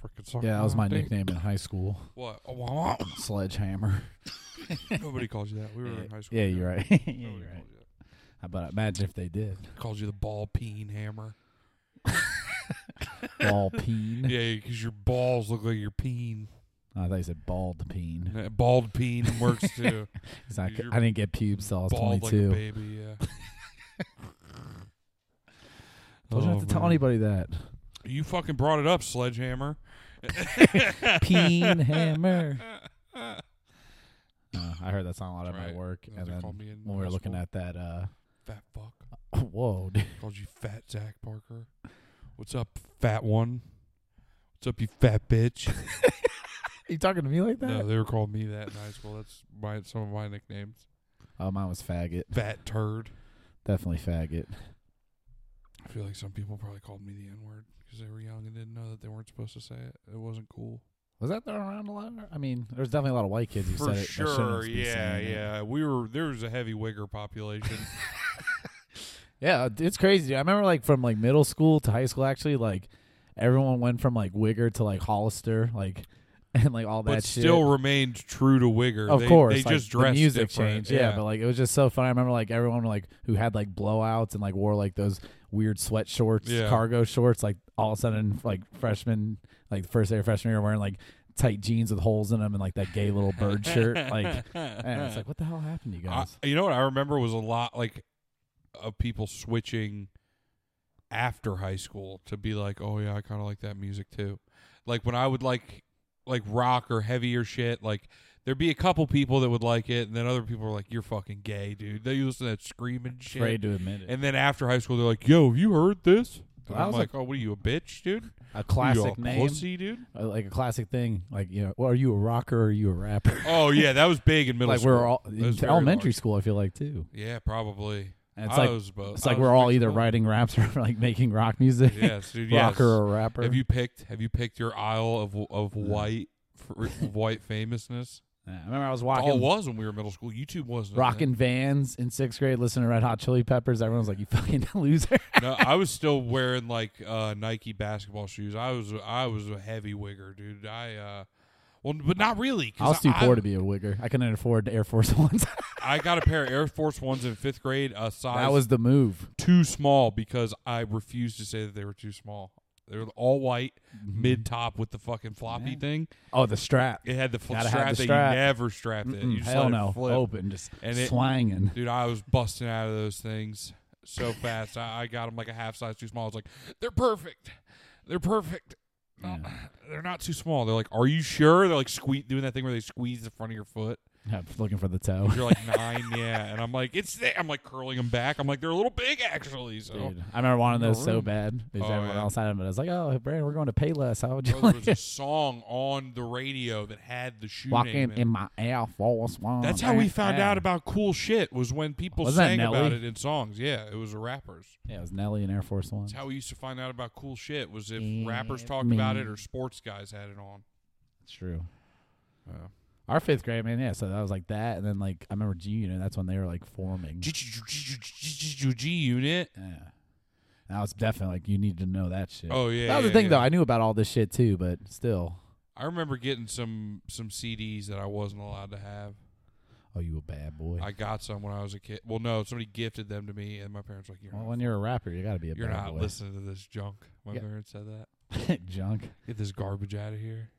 Freaking suck Yeah, that was my dick. nickname in high school. What? A wah? Sledgehammer. Nobody calls you that. We were in high school. Oh, Yeah, you're right. yeah, you're Nobody right. calls you that. But imagine if they did. Calls you the ball peen hammer. Ball peen. Oh, Yeah, because your balls look like your peen. I thought you said bald peen. Uh, Bald peen works too. 'Cause I, Is your I didn't get pubes till I was Bald like a 22. baby. Yeah. Told you not Oh, to tell man. anybody that. You fucking brought it up, sledgehammer. Peen hammer. Uh, I heard that song a lot at my Right. work. And That's what they then called me in when we were high looking school. at that, uh, Fat fuck. whoa, dude. Called you fat Zach Parker. What's up, fat one? What's up, you fat bitch? you talking to me like that? no, they were calling me that in high school. That's my some of my nicknames. Oh, mine was faggot. Fat turd. Definitely faggot. I feel like some people probably called me the N word because they were young and didn't know that they weren't supposed to say it. It wasn't cool. Was that there around a lot? I mean, there's definitely a lot of white kids who For said it. that shouldn't sure, be yeah, saying it. yeah. We were there was a heavy wigger population. Yeah, d- it's crazy. dude. I remember like from like middle school to high school actually like everyone went from like Wigger to like Hollister like and like all that but shit. still remained true to wigger. of they, course, they like, just dressed the music different. changed. Yeah. but like it was just so fun. I remember like everyone like who had like blowouts and like wore like those weird sweat shorts, Yeah. cargo shorts. Like all of a sudden, like freshmen, like first day of freshman year, wearing like tight jeans with holes in them and like that gay little bird shirt. Like, and it's like, what the hell happened to you I, guys? you know what I remember was a lot like of people switching after high school to be like, oh yeah, I kind of like that music too. Like when I would like like rock or heavier shit, like there'd be a couple people that would like it, and then other people were like, you're fucking gay, dude. They listen to that screaming shit. Afraid to admit it. And then after high school, they're like, yo, have you heard this? And Well, I I'm was like, oh, what are you a bitch, dude? a What are you, classic a name, pussy, dude. uh, like a classic thing. Like, you know, well, are you a rocker or are you a rapper? Oh yeah, that was big in middle like school. we're all That was very elementary large. school. I feel like too. Yeah, probably. And it's I like was both. it's I like was we're all mixed either up. writing raps or like making rock music. Yes, dude. Yes. rocker or rapper. Have you picked? Have you picked your aisle of of white for, white famousness? Yeah, I remember I was All it walking, was when we were in middle school. YouTube wasn't a rocking vans in sixth grade, listening to Red Hot Chili Peppers. Everyone was like, "You fucking loser." thing. No, I was still wearing like uh, Nike basketball shoes. I was I was a heavy wigger, dude. I uh, well, but not really. 'cause I was too I, poor to be a wigger. I couldn't afford Air Force Ones. I got a pair of Air Force Ones in fifth grade. A size that was the move. too small because I refused to say that they were too small. They were all white, Mm-hmm. mid top with the fucking floppy Yeah. thing. Oh, the strap. It had the fl- Gotta have strap the that strap. you never strapped it. You Mm-mm, just hell let it no, Oh, flip. open, just And it- swanging. Dude, I was busting out of those things so fast. I, I got them like a half size too small. I was like, they're perfect. They're perfect. No, They're not too small. They're like, are you sure? They're like sque- doing that thing where they squeeze the front of your foot. Yeah, looking for the toe. 'Cause You're like nine, yeah. And I'm like, it's there. I'm like curling them back. I'm like, they're a little big actually. So Dude, I remember wanting No those so oh, room. bad. Because Oh, everyone yeah. else had them, but I was like, "Oh, Brandon, we're going to Payless. How would you Bro, there like was a song on the radio that had the shoe name walking in it. in my Air Force One?" That's how we found out about cool shit was when people Wasn't that sang about Nelly? it in songs. Yeah, it was the rappers. Yeah, it was Nelly and Air Force One. That's how we used to find out about cool shit was if Yeah, rappers talked about it man. or sports guys had it on. It's true. Our fifth grade, man, yeah. So that was like that, and then like I remember G Unit. That's when they were like forming. G unit. yeah, that was definitely like you need to know that shit. Oh yeah. that was yeah, the thing, yeah. though. I knew about all this shit too, but still. I remember getting some some CDs that I wasn't allowed to have. Oh, you a bad boy. I got some when I was a kid. Well, no, somebody gifted them to me, and my parents were like, "You're well, not, when you're a rapper, you got to be a you're bad not boy. listening to this junk." My Yeah. parents said that. Junk. Get this garbage out of here.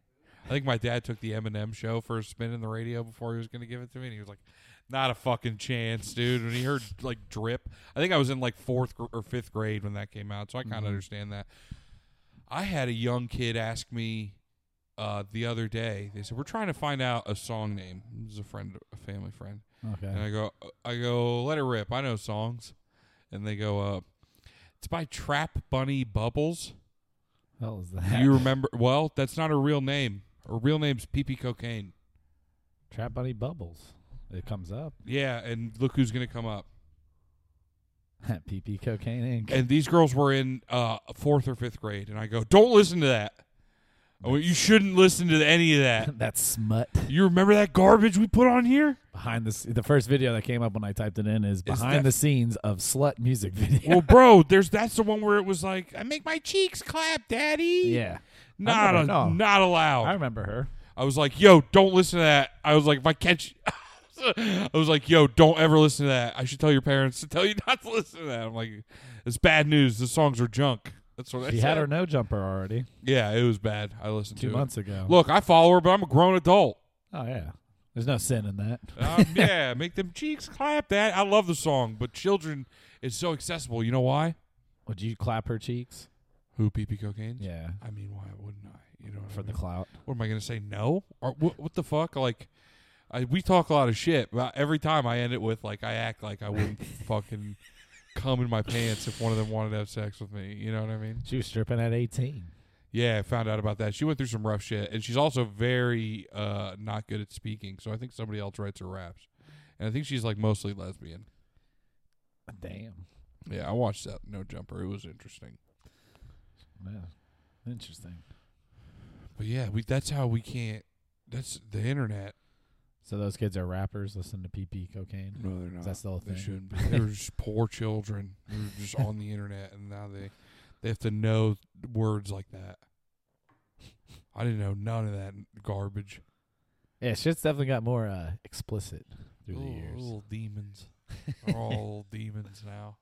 I think my dad took the Eminem show for a spin in the radio before he was going to give it to me, and he was like, "Not a fucking chance, dude." When he heard like "Drip," I think I was in like fourth gr- or fifth grade when that came out, so I kind of Mhm. understand that. I had a young kid ask me uh, the other day. They said, "We're trying to find out a song name." This is a friend, a family friend, and Okay. I go, uh, "I go, let it rip. I know songs," and they go, "Uh, it's by Trap Bunny Bubbles." What was Do that? you remember? Well, that's not a real name. Her real name's PP Cocaine. Trap Bunny Bubbles. It comes up. Yeah, and look who's gonna come up. PP Cocaine Inc. And these girls were in uh, fourth or fifth grade, and I go, "Don't listen to that." Oh, you shouldn't listen to any of that. that smut You remember that garbage we put on here? behind the s- the first video that came up when I typed it in is behind that- the scenes of slut music video. Well, bro, there's that's the one where it was like, "I make my cheeks clap, daddy." yeah, not remember, a- no. not allowed. I remember her. I was like, yo, don't listen to that. I was like, if I catch, I was like, yo, don't ever listen to that. I should tell your parents to tell you not to listen to that. I'm like, it's bad news. The songs are junk. That's what I She said. had her no jumper already yeah, it was bad. I listened two to months ago. it. Look, I follow her, but I'm a grown adult. Oh yeah, there's no sin in that. Um, yeah, make them cheeks clap. That I love the song, but children is so accessible. You know why? Would you clap her cheeks? Who pee pee cocaine? Yeah, I mean, why wouldn't I? You know, what I for the mean? clout. what am I going to say? No? Or what, what the fuck? Like, I, we talk a lot of shit, but every time I end it with like, I act like I wouldn't fucking come in my pants if one of them wanted to have sex with me. You know what I mean? She was stripping at 18. Yeah, I found out about that. She went through some rough shit, and she's also very uh, not good at speaking. So I think somebody else writes her raps, and I think she's like mostly lesbian. Damn. Yeah, I watched that No Jumper. It was interesting. Yeah. Interesting. But yeah, we that's how we can't. That's the internet. So those kids are rappers. Listen to PP cocaine. No, they're not. Is that still a Uh, They thing? shouldn't be. They were just poor children. They were just on the internet, and now they they have to know words like that. I didn't know none of that garbage. Yeah, shit's definitely got more uh, explicit through Little, the years. little demons. They're all demons now.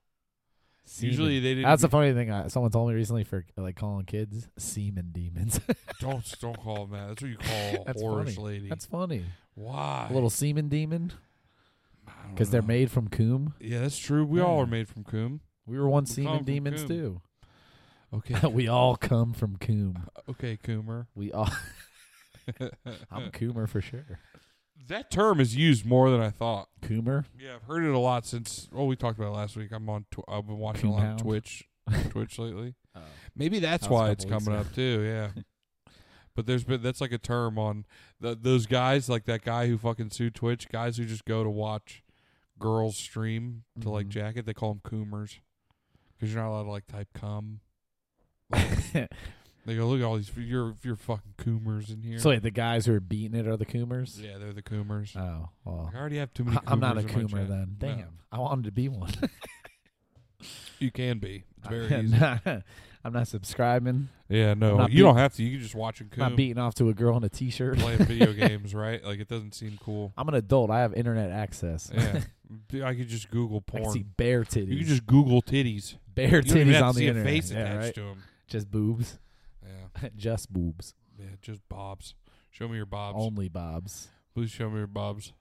Semen. Usually they didn't. that's be- a funny thing. I, someone told me recently for like calling kids semen demons. don't don't call them that. That's what you call a That's whorish funny. lady. that's funny. Why? A little semen demon I don't because they're know. made Hmm. from coom. Yeah, that's true. We all are Yeah. made from coom. We were once We semen come from demons coom. too. Okay, we all come from coom. okay, coomer. We all. I'm a coomer for sure. That term is used more than I thought. Coomer. Yeah, I've heard it a lot since. Well, we talked about it last week. I'm on. Tw- I've been watching a lot Coonhound. of Twitch, Twitch lately. Oh. Maybe that's That was a why it's couple coming weeks up too. Yeah. But there's been that's like a term on th those guys like that guy who fucking sued Twitch guys who just go to watch girls stream to like Mhm. jacket they call them coomers because you're not allowed to like type cum. They go look at all these you're you're fucking coomers in here. so wait, the guys who are beating it are the coomers. yeah, they're the coomers. Oh well, Like, I already have too many. I- I'm not a coomers in my coomer chat. then. Damn, I wanted to be one. You can be. It's very easy. I'm not subscribing. Yeah, no, Not you don't have to. You can just watch and I'm not coom, beating off to a girl in a t-shirt. playing video games, right? Like it doesn't seem cool. I'm an adult. I have internet access. Yeah, Dude, I could just Google I can see porn. bare titties. You can just Google titties. bare you don't even titties have on to the see internet. a face Yeah, attached right? to them. Just boobs. Yeah, just boobs. yeah, just bobs. Show me your bobs. Only bobs. Please show me your bobs.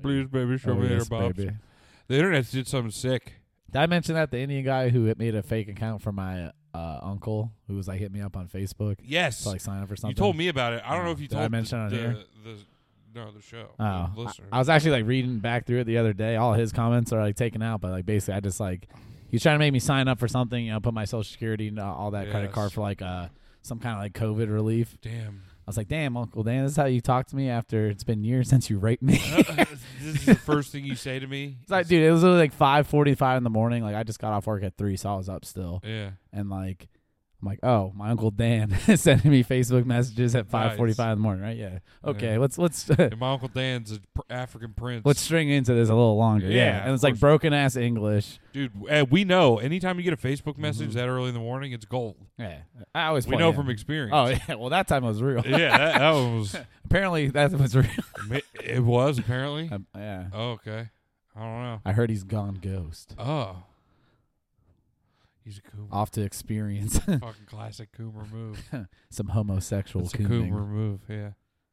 Please, baby, show Oh Oh, me your yes, bobs. baby. The internet did something sick. Did I mention that the Indian guy who had made a fake account for my uh, uncle who was like hit me up on Facebook Yes, to like sign up for something? you told me about it. I don't know Oh, if you did I told mention it on the, here? the, the no the show. Oh, I, the listener. I was actually like reading back through it the other day. All his comments are like taken out, but like basically, I just like he's trying to make me sign up for something. You know, put my social security and uh, all that credit Yes. card for like uh some kind of like COVID relief. Damn, I was like, damn, Uncle Dan, this is how you talk to me after it's been years since you raped me. this is the first thing you say to me. It's like, dude, it was literally like five forty-five in the morning. Like I just got off work at three, so I was up still, Yeah. and like. I'm like, oh, my uncle Dan is sending me Facebook messages at 5:45 in the morning, right? Yeah. Okay, Yeah. let's let's And my uncle Dan's a pr- African prince. let's string into this a little longer. Yeah, Yeah, and of it's like course. broken ass English. dude? eh, we know. Anytime you get a Facebook message Mm-hmm. that early in the morning, it's gold. Yeah, I always We play know him. from experience. Oh yeah, well that time was real. yeah, that, that one was. Apparently that was real. mi- It was apparently. Um, yeah, Oh, okay, I don't know. I heard he's gone ghost. Oh, he's a coomer. Off to experience Fucking classic coomer move. some homosexual It's a cooming. coomer move. Yeah.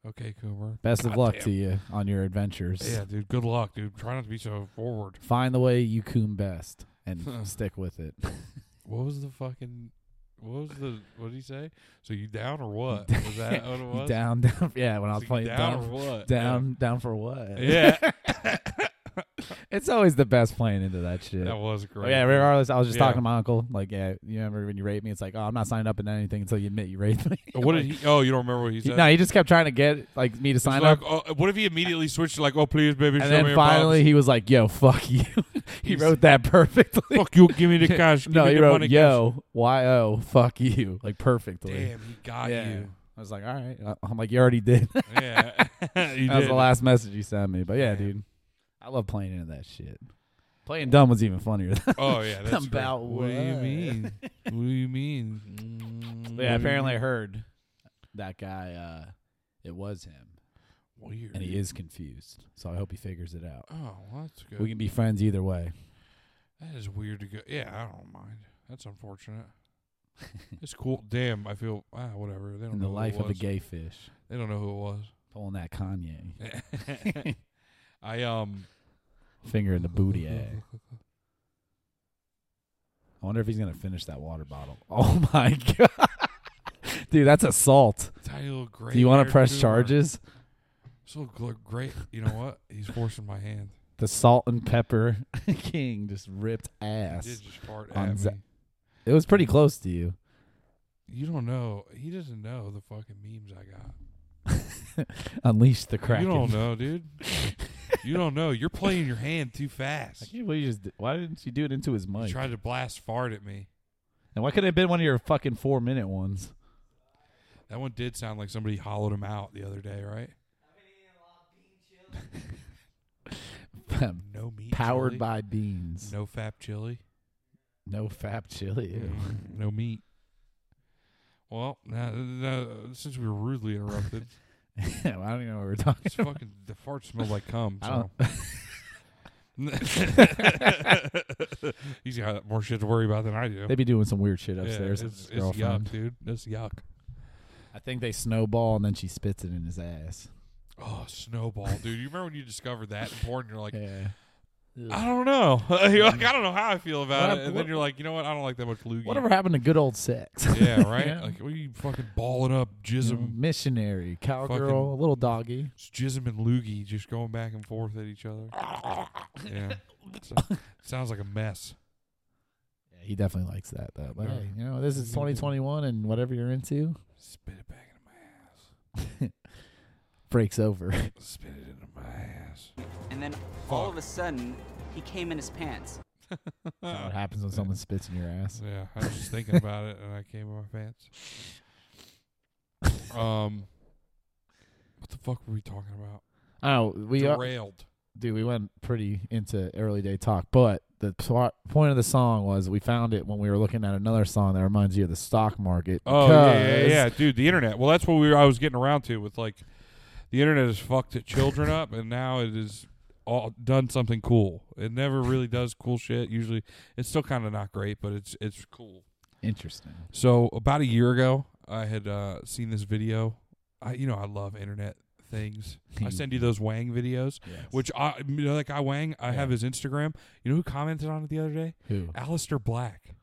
Okay, coomer. Best of God luck damn. to you on your adventures. Yeah, dude. Good luck, dude. Try not to be so forward. Find the way you coom best and stick with it. What was the fucking? What was the? What did he say? So you down or what? Was that what it You was? down, down. Yeah, when I So was you playing down, down, or what? down, down for what? Yeah. it's always the best playing into that shit. That was Oh, great. yeah, regardless, I was just Yeah. talking to my uncle. Like, yeah, you remember when you raped me? It's like, oh, I'm not signing up in anything until you admit you raped me. What did he? Oh, you don't remember what he He- said? no, he just kept trying to get like me to He's sign like, up, oh, what if he immediately switched to like, oh please, baby, show and me then your finally he was like, "Yo, fuck you." he He's- wrote that perfectly. pops. fuck you, give me the cash. Give no, me he the wrote, money "Yo, y o, fuck you," like cash. perfectly. Damn, he got Yeah. you. I was like, all right. I- I'm like, you already did. that yeah. You was did. the last message you sent me. But yeah, Damn. dude, I love playing into that shit. Playing dumb was even funnier. Oh yeah, that's About right. What do you what? mean? what do you mean? yeah, apparently I heard that guy. uh It was him, Mm, Weird. and he is confused. So I hope he figures it out. Oh, well, that's good. We can be friends either way. That is weird to go. Yeah, I don't mind. That's unfortunate. it's cool. Damn, I feel ah, whatever. They don't In know the who it life of a was. gay fish, They don't know who it was. pulling that Kanye I um. finger in the booty. eh? I wonder if he's gonna finish that water bottle. Oh my god, dude, that's assault. Tiny little gray. Do you want haired to press boomer. charges? This little gl- great. You know what? He's forcing my hand. The salt and pepper king just ripped He did ass. just fart On at Za- me. It was pretty close to you. You don't know. He doesn't know the fucking memes I got. Unleash the kraken. You don't know, dude. you don't know. You're playing your hand too I fast. can't believe you just. Did, why didn't you do it into his You mic? tried to blast fart at me. and why could it have been one of your fucking four minute ones? That one did sound like somebody hollowed him out the other day, right? No meat. Powered chili, by beans. no fap chili. No fap chili. ew. Mm, no meat. Well, now, now, since we were rudely interrupted, I don't even know what we're talking. this fucking the fart smelled like cum. I So. don't- He's got more shit to worry about than I do. They be doing some weird shit Yeah, upstairs. with it's, his it's girlfriend. yuck, dude. That's yuck. I think they snowball and then she spits it in his ass. Oh, snowball, dude. You remember when you discovered that in porn? You're like, yeah. I don't know. You're like, I don't know how I feel about What- it. And then what- you're like, you know what? I don't like that much loogie. Whatever happened to good old sex? Yeah, right? Yeah. Like, what are you fucking balling up? You know, Jism, missionary, cowgirl, little doggy. jism and loogie just going back and forth at each other. Yeah. So- sounds like a mess. Yeah, he definitely likes that though. But Yeah. hey, you know, this is 2021, and whatever you're into Spit it back into my breaks over. ass. Spit it into my ass. And then all Fuck. of a sudden, he came in his pants. That's Uh, what happens when someone spits in your ass. Yeah, I was just thinking about it, and I came in my pants. Um, what the fuck were we talking about? Oh, we are, Derailed. dude, we went pretty into early day talk, but the pl- point of the song was we found it when we were looking at another song that reminds you of the stock market. Oh yeah, yeah, yeah, because- yeah, dude, the internet. Well, that's what we were, I was getting around to with like the internet has fucked it children up, and now it is all done something cool. It never really does cool shit. Usually, it's still kind of not great, but it's it's cool. Interesting. So about a year ago, I had uh, seen this video. I you know I love internet things. I send you those Wang videos, Yes. which I you know that guy Wang. I have his Instagram. You know who commented on it the other day? who Alistair Black.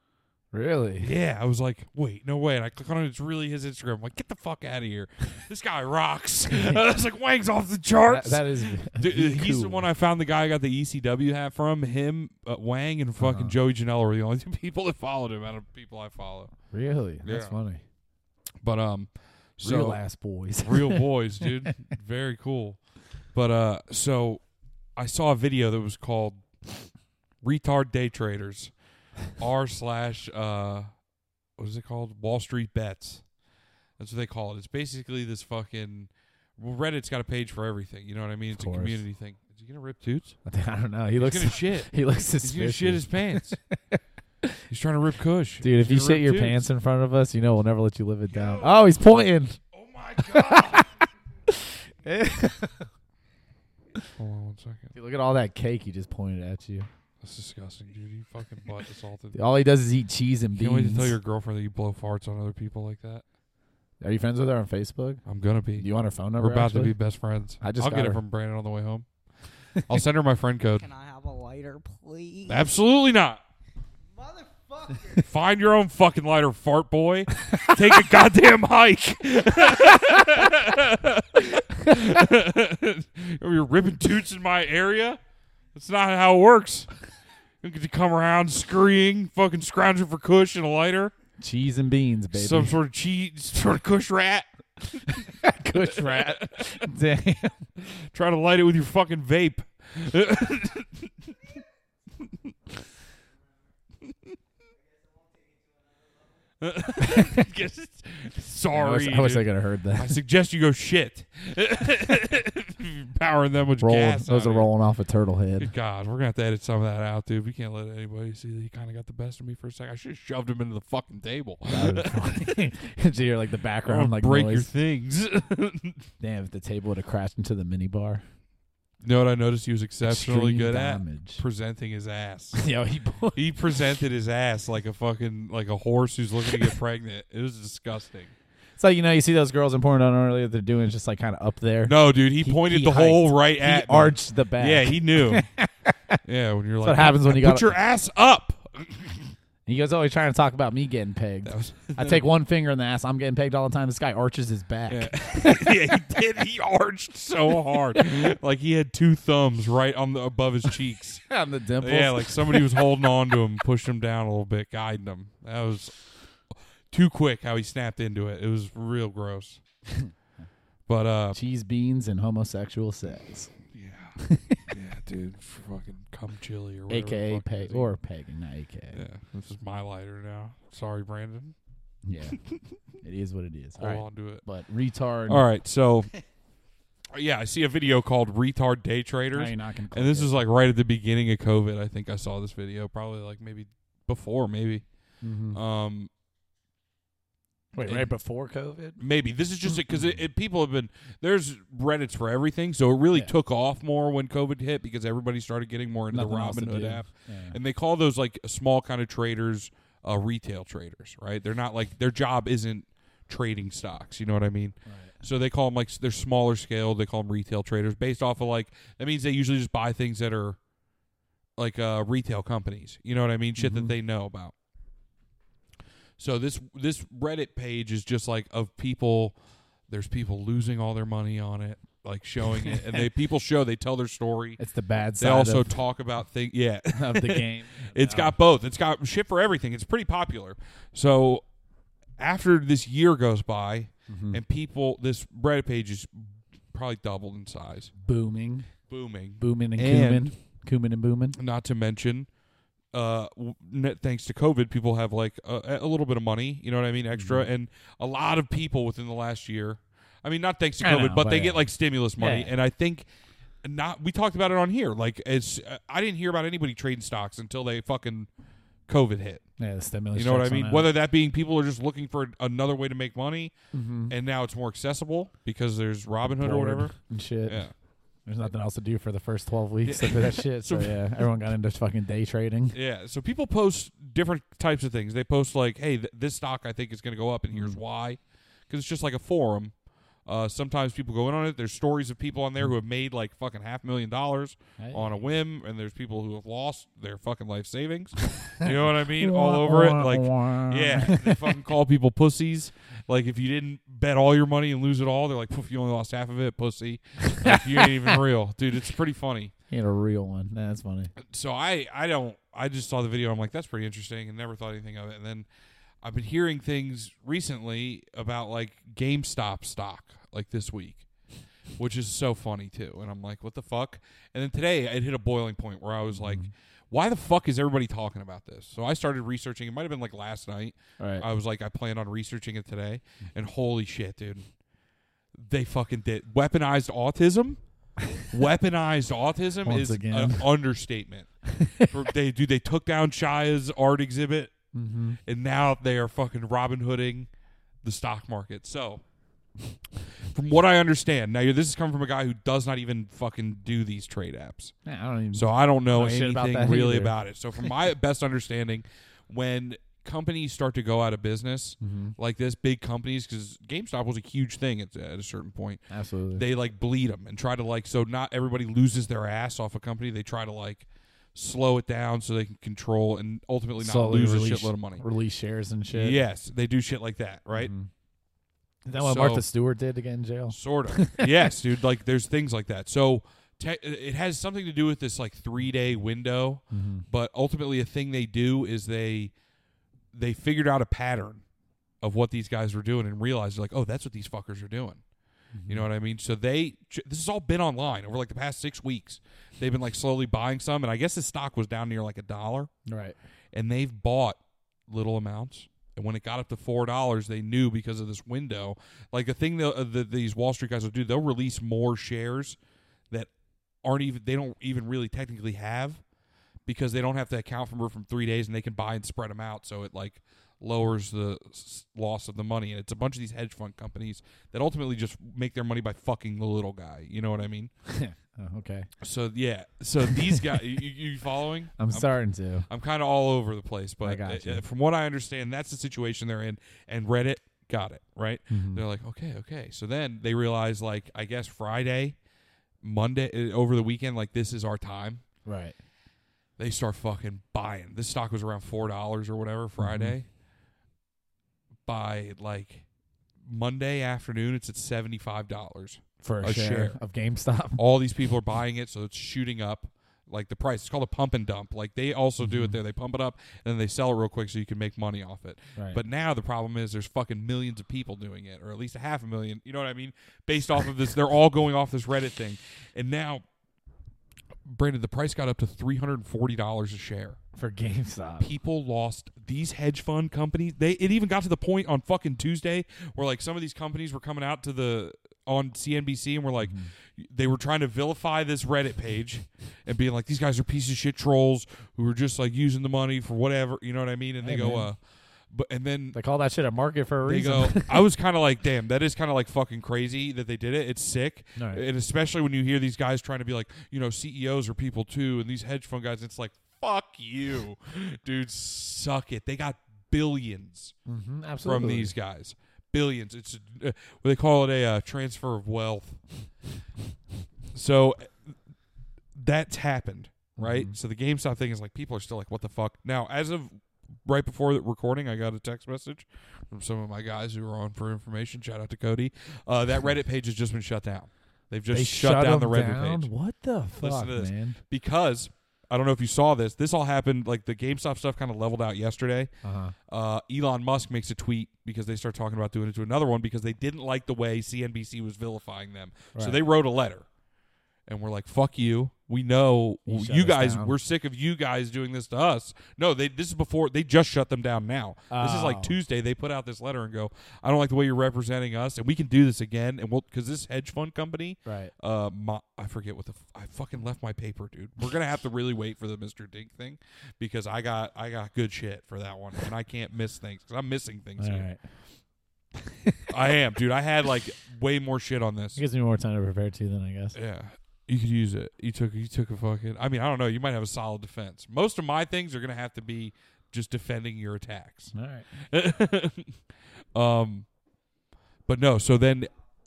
really? Yeah, I was like, wait, no way. And I click on it. It's really his Instagram. I'm like, get the fuck out of here. This guy rocks. I was like, Wang's off the That, charts. that is Dude, he's the cool. one I found the guy I got the ECW hat from. Him, uh, Wang, and fucking Uh-huh. Joey Janela were the only two people that followed him out of people I follow. Really? That's Yeah. funny. But, um, so. Real ass boys. real boys, dude. Very cool. But uh so I saw a video that was called Retard Day Traders R slash uh what is it called? Wall Street Bets. That's what they call it. It's basically this fucking well, Reddit's got a page for everything. You know what I mean? It's a course. community thing. Is he gonna rip toots? I don't know. He He's looks. gonna shit. he looks He's gonna suspicious. shit his pants. He's trying to rip Kush. Dude, if you He's gonna shit rip your toots. pants in front of us, you know we'll never let you live it down. Yo. Oh, he's pointing. Oh my god. Hold on one second. Dude, look at all that cake he just pointed at you. That's disgusting, dude. You fucking butt assaulted. Dude, All he does is eat cheese and Can't wait to beans. tell your girlfriend that you blow farts on other people like that. Are you friends with her on Facebook? I'm gonna Do be. you want her phone number? We're about to be actually? best friends. I just I'll got get it her. from Brandon on the way home. I'll send her my friend code. Can I have a lighter, please? Absolutely not. Motherfucker. Find your own fucking lighter, fart boy. Take a goddamn hike. Are you ripping toots in my area? That's not how it works. You get to come around scurrying, fucking scrounging for Kush and a lighter. cheese and beans, baby. Some sort of cheese, sort of Kush rat. Kush rat. Damn. Try to light it with your fucking vape. I uh, Sorry. wish, I, wish I dude. could have heard I that. suggest you go shit. Powering that much Rolling, gas. those out are here. rolling off a turtle head. Good God, we're gonna have to edit some of that out, dude. We can't let anybody see that he kind of got the best of me for a second. I should have shoved him into the fucking table. That would be funny. so you're like the Or background, like break your noise. things. you Damn, if the table would have crashed into the mini bar. know what I noticed? He was exceptionally Extreme good damage. at presenting his ass. Yo, he he presented his ass like a fucking like a horse who's looking to get pregnant. It was disgusting. It's like you know, you see those girls in porn. I don't really know what they're doing. It's just like kind of up there. No, dude, he, He- pointed he the hole hiked. right he at me. arched the back. Yeah, he knew. yeah, when you're That's like, what happens when you got. put your ass up. you guys always "Oh, trying to talk about me getting pegged. That was- I take one finger in the ass. I'm getting pegged all the time. This guy arches his back. Yeah. yeah, he did. He arched so hard, like he had two thumbs right on the above his cheeks. on the dimples. Yeah, like somebody was holding on to him, pushed him down a little bit, guiding him. That was too quick how he snapped into it. It was real gross. But uh, cheese beans and homosexual sex, yeah, yeah, dude, fucking cum chili or whatever. the aka fuck it peg is. or pegging, not aka. yeah, this is my lighter now. Sorry, Brandon. Yeah, it is what it is. All Hold right, on to it. but retard. All right, so yeah, I see a video called "Retard Day now Traders." you're not gonna. And this is like right at the beginning of COVID. I think I saw this video probably like maybe before, maybe. hmm Um, wait, right before COVID. maybe this is just because it, it, people have been there's Reddit's for everything, so it really Yeah. took off more when COVID hit because everybody started getting more into Nothing else the to Robinhood do. app, Yeah. and they call those like small kind of traders uh, retail traders, right? They're not like their job isn't trading stocks. You know what I mean? So they call them like s- they're smaller scale. They call them retail traders based off of like that means they usually just buy things that are like uh, retail companies. You know what I mean? Shit that Mhm. they know about. So this this Reddit page is just like of people. There's people losing all their money on it, like showing it, and they people show they tell their story. It's the bad They side also of, talk about things. Yeah, of the game. Uh, it's got both. It's got shit for everything. It's pretty popular. So after this year goes by, Mm-hmm. and people, this Reddit page is probably doubled in size, booming, booming. booming, and, And- cumin, cumin and booming. Not to mention, uh, w- net, thanks to COVID, people have like a, a little bit of money. You know what I mean, extra, Mm-hmm. and a lot of people within the last year. I mean, not thanks to I COVID, know, but but they yeah. get like stimulus money, Yeah. and I think. Not we talked about it on here. Like it's, uh, I didn't hear about anybody trading stocks until they fucking COVID hit. Yeah, the stimulus. You know what I checks on mean? that. Whether that being people are just looking for another way to make money, and now it's more accessible because there's Robinhood or Bored whatever. and shit. Yeah, There's nothing else to do for the first 12 weeks of that shit. So, yeah, everyone got into fucking day trading. yeah. So people post different types of things. They post like, "Hey, th- this stock I think is going to go up, and here's why," because it's just like a forum. Uh, sometimes people go in on it. There's stories of people on there who have made like fucking half a million dollars Hey. on a whim, and there's people who have lost their fucking life savings. you know what I mean? All over it, like Yeah, they fucking call people pussies. Like if you didn't bet all your money and lose it all, they're like, "Poof, you only lost half of it, pussy. Like, you ain't even real, dude." It's pretty funny. He had a real one. Nah, that's funny. So I, I don't, I just saw the video. I'm like, that's pretty interesting, and never thought anything of it. And then I've been hearing things recently about like GameStop stock, like this week, which is so funny too. And I'm like, what the fuck? And then today it hit a boiling point where I was like. Why the fuck is everybody talking about this? So I started researching. It might have been like last night. All right. I was like, I plan on researching it today, and holy shit, dude, they fucking did weaponized autism. weaponized autism Once is again. an understatement. For- they do. They took down Shia's art exhibit, mm-hmm. and now they are fucking Robin Hooding the stock market. So, from what I understand, now you're- this is coming from a guy who does not even fucking do these trade apps. I don't even. So I don't know Don't shit about anything that really either. about it. So from my best understanding, when companies start to go out of business Mhm. like this, big companies, because GameStop was a huge thing at, at a certain point, Absolutely. they like bleed them and try to like so not everybody loses their ass off a company. They try to like slow it down so they can control and ultimately not Slowly lose release- a shitload of money. Release shares and shit. Yes, they do shit like that, right? Mhm. Is that what So- Martha Stewart did to get in jail? Sort of. yes, dude. Like there's things like that. So te- it has something to do with this like three day window, Mm-hmm. but ultimately a thing they do is they they figured out a pattern of what these guys were doing and realized like, oh, that's what these fuckers are doing. You know what I mean? So they ch- this has all been online over like the past six weeks. They've been like slowly buying some, and I guess the stock was down near like a dollar, Right. and they've bought little amounts And when it got up to four dollars, they knew because of this window. Like the thing that, uh, that these Wall Street guys will do, they'll release more shares that aren't even they don't even really technically have because they don't have to account for from three days and they can buy and spread them out. So it like lowers the s- loss of the money. And it's a bunch of these hedge fund companies that ultimately just make their money by fucking the little guy. You know what I mean? Oh, okay. So yeah, so these guys, you, you you following? I'm, starting to. I'm kind of all over the place, but I got uh, you. from what I understand, that's the situation they're in. And Reddit got it right. Mm-hmm. They're like, okay, okay. So then they realize, like, I guess Friday, Monday, uh, over the weekend, like this is our time. Right. They start fucking buying. This stock was around four dollars or whatever Mm-hmm. Friday. By like Monday afternoon, it's at seventy five dollars. For a, A share, share. of GameStop. all these people are buying it, so it's shooting up like the price. It's called a pump and dump. Like they also do it there. They pump it up and then they sell it real quick so you can make money off it. Right. But now the problem is there's fucking millions of people doing it, or at least a half a million. You know what I mean? Based off of this, they're all going off this Reddit thing, and now. Brandon, the price got up to three hundred and forty dollars a share. for GameStop. People lost these hedge fund companies. They it even got to the point on fucking Tuesday where like some of these companies were coming out to the on CNBC and were like Mm-hmm. they were trying to vilify this Reddit page and being like these guys are piece of shit trolls who are just like using the money for whatever, you know what I mean? And Hey, they go man. uh but and then They call that shit a market for a they reason. go I was kind of like damn, that is kind of like fucking crazy that they did it. It's sick. Right. And especially when you hear these guys trying to be like, you know, CEOs are people too and these hedge fund guys it's like fuck you. Dude, suck it. They got billions Mhm, absolutely. from these guys. Billions. It's uh, they call it a uh, transfer of wealth. so uh, that's happened, right? Mm-hmm. So the GameStop thing is like people are still like, "What the fuck?" Now, as of right before the recording, I got a text message from some of my guys who were on for information. Shout out to Cody. Uh, that Reddit page has just been shut down. They've just They shut, down the them Reddit down? page What the fuck, to this. man? because I don't know if you saw this. This all happened like the GameStop stuff kind of leveled out yesterday Uh-huh. uh, Elon Musk makes a tweet because they start talking about doing it to another one because they didn't like the way CNBC was vilifying them. So Right. they wrote a letter. And we're like, fuck you. We know You you, shut us guys, down. we're sick of you guys doing this to us. No, they this is before they just shut them down now. This is Oh. like Tuesday. They put out this letter and go, I don't like the way you're representing us, and we can do this again. And we'll, because this hedge fund company, Right. uh, my, I forget what the f- I fucking left my paper, dude. We're gonna have to really wait for the Mister Dink thing because I got I got good shit for that one, and I can't miss things because I'm missing things. All here. right. I am, dude. I had like way more shit on this. It gives me more time to prepare too, then I guess. Yeah, you could use it. You took you took a fucking. I mean, I don't know. You might have a solid defense. Most of my things are gonna have to be just defending your attacks. All right. um, but no. So then,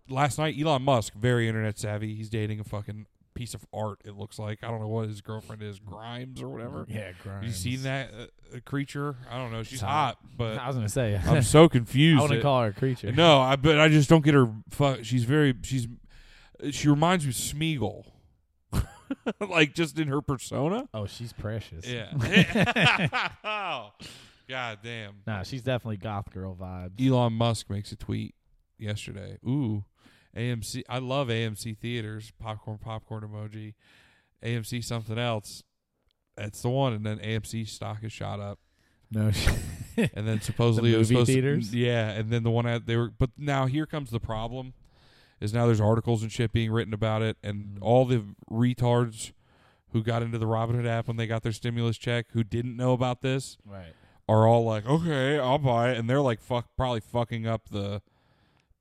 last night, Elon Musk, very internet savvy, he's dating a fucking piece of art. It looks like I don't know what his girlfriend is, Grimes or whatever. Yeah, Grimes. You seen that uh, uh, creature? I don't know. She's hot, hot. but I was gonna say. I'm I so confused. wouldn't It- call her a creature. no, I but I just don't get her. Fuck, she's very she's she reminds me of Smeagol, like just in her persona. Oh, she's precious. Yeah. Oh, God damn. Nah, she's definitely goth girl vibes. Elon Musk makes a tweet yesterday. Ooh, AMC. I love AMC theaters. Popcorn, popcorn emoji. AMC something else. That's the one. And then AMC stock is shot up. No, she, And then supposedly it was movie supposed theaters? To, yeah. And then the one out they were. But now here comes the problem. Is now there's articles and shit being written about it, Mm-hmm. and all the retards who got into the Robinhood app when they got their stimulus check who didn't know about this right. are all like, okay, I'll buy it, and they're like, fuck, probably fucking up the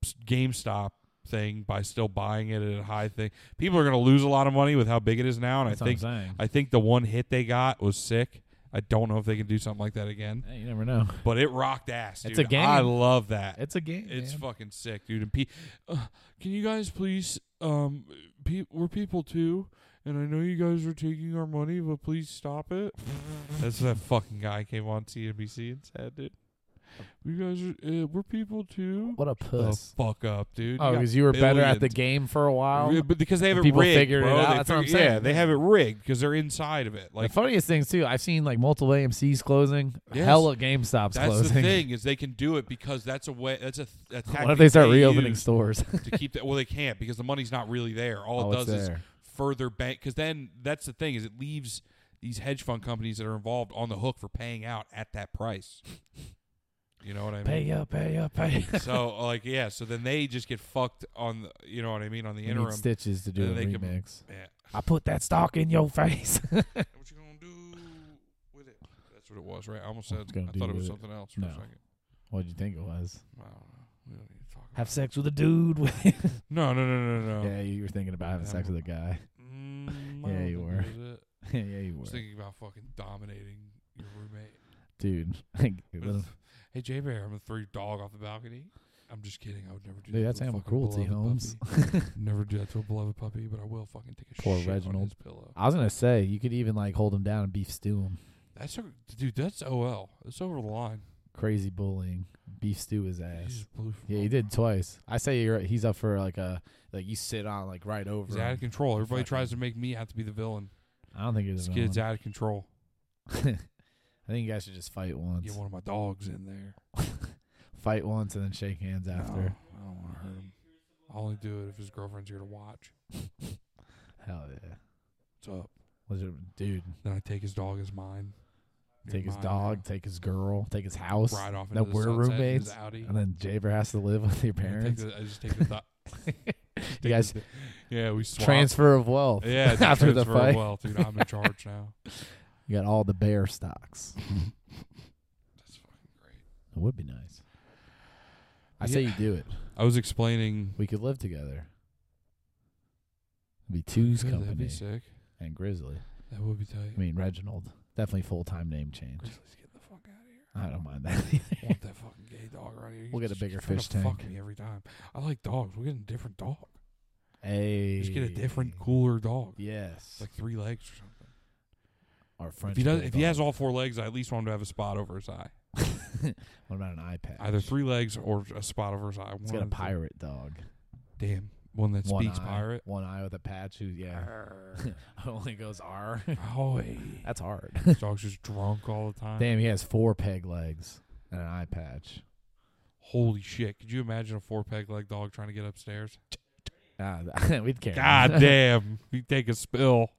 s- GameStop thing by still buying it at a high thing. People are gonna lose a lot of money with how big it is now, and That's I think what I'm saying. I think the one hit they got was sick. I don't know if they can do something like that again, Hey, you never know. but it rocked ass. It's dude. a game. I love that. It's a game. It's man. fucking sick, dude. And pe- uh, can you guys please, um, pe- we're people too, and I know you guys are taking our money, but please stop it. That's what that fucking guy came on CNBC and said, dude. You guys are, uh, we're people too. What a the puss. fuck up, dude? Oh, got because you were better at the billions. game for a while. Yeah, but because they have it People rigged, figured it bro. out. They That's what I'm figure- Yeah, saying. they have it rigged because they're inside of it. Like the funniest things too, I've seen like multiple AMC's closing, Yes. hella GameStop's that's closing. the thing is they can do it because that's a way. That's a. a What if they tactic start reopening use stores? to keep that? Well, they can't because the money's not really there. All Oh, it it's does is there. further bank because then that's the thing is it leaves these hedge fund companies that are involved on the hook for paying out at that price You know what I mean? Pay up, pay up, pay. up. so like yeah, so then they just get fucked on the, you know what I mean on the We need interim. stitches to do a then they can- remix. Yeah. I put that stock in your face. What you gonna do with it? That's what it was, right? I almost What said you I gonna do thought it with was it? something else for a No. second. What'd you think it was? I don't know. We don't need to talk. Have About sex with a dude. with- it. No, no, no, no, no, no. yeah, you were thinking about having sex with a guy. Mm, I Yeah, don't you think were. that was it. yeah, you I was were, thinking about fucking dominating your roommate. dude. like, it With- wasn't- hey, J Bear, I'm gonna throw your dog off the balcony. I'm just kidding. I would never do that. Dude, that's to a animal fucking cruelty, beloved Holmes. puppy. never do that to a beloved puppy, but I will fucking take a Poor shit on Reginald. his pillow. I was gonna say you could even like hold him down and beef stew him. That's a, dude. That's OL. That's over the line. Crazy bullying, beef stew his He ass. just blew from Yeah, he under. did twice. I say you're, he's up for like a like you sit on like right over. He's out him. of control. Everybody Fucking- tries to make me out to be the villain. I don't think he's. This a kid's villain. out of control. I think you guys should just fight once, Get one of my dogs in there. fight once, and then shake hands No, after. I don't want to hurt him. I'll only do it if his girlfriend's here to watch. Hell yeah, What's up? What's your- dude. Then I take his dog as mine. You're Take his mine dog, now. take his girl, take his house, Ride off into that the we're sunset in his roommates, Audi. and then Jaber has to live with your I take parents. the- I just take the thought. You guys Yeah, we swap. transfer of wealth. Yeah, it's a after the transfer of fight. wealth, dude. I'm in charge now. You got all the bear stocks. That's fucking great. It would be nice. I say you do it. I was explaining. We could live together. It'd be two's Yeah, company that'd be sick. and Grizzly. That would be tight. I mean Reginald. Definitely full time name change. Grizzlies, get the fuck out of here. I don't mind that. either. I want that fucking gay dog right here. We'll He's get a just bigger trying fish to Fuck tank. me every time. I like dogs. We'll get a different dog. Hey, Just get a different, cooler dog. Yes, Like three legs or something. our French. if he does, if he has bulldog. all four legs, I at least want him to have a spot over his eye. what about an iPad? Either three legs or a spot over his eye. He's got One a of the- pirate dog. Damn, one that one speaks eye, pirate. One eye with a patch. Who? Yeah, only goes R. Oh, hey. That's hard. This dog's just drunk all the time. Damn, he has four peg legs and an eye patch. Holy shit! Could you imagine a four peg leg dog trying to get upstairs? Ah, we'd carry. God damn! He'd take a spill.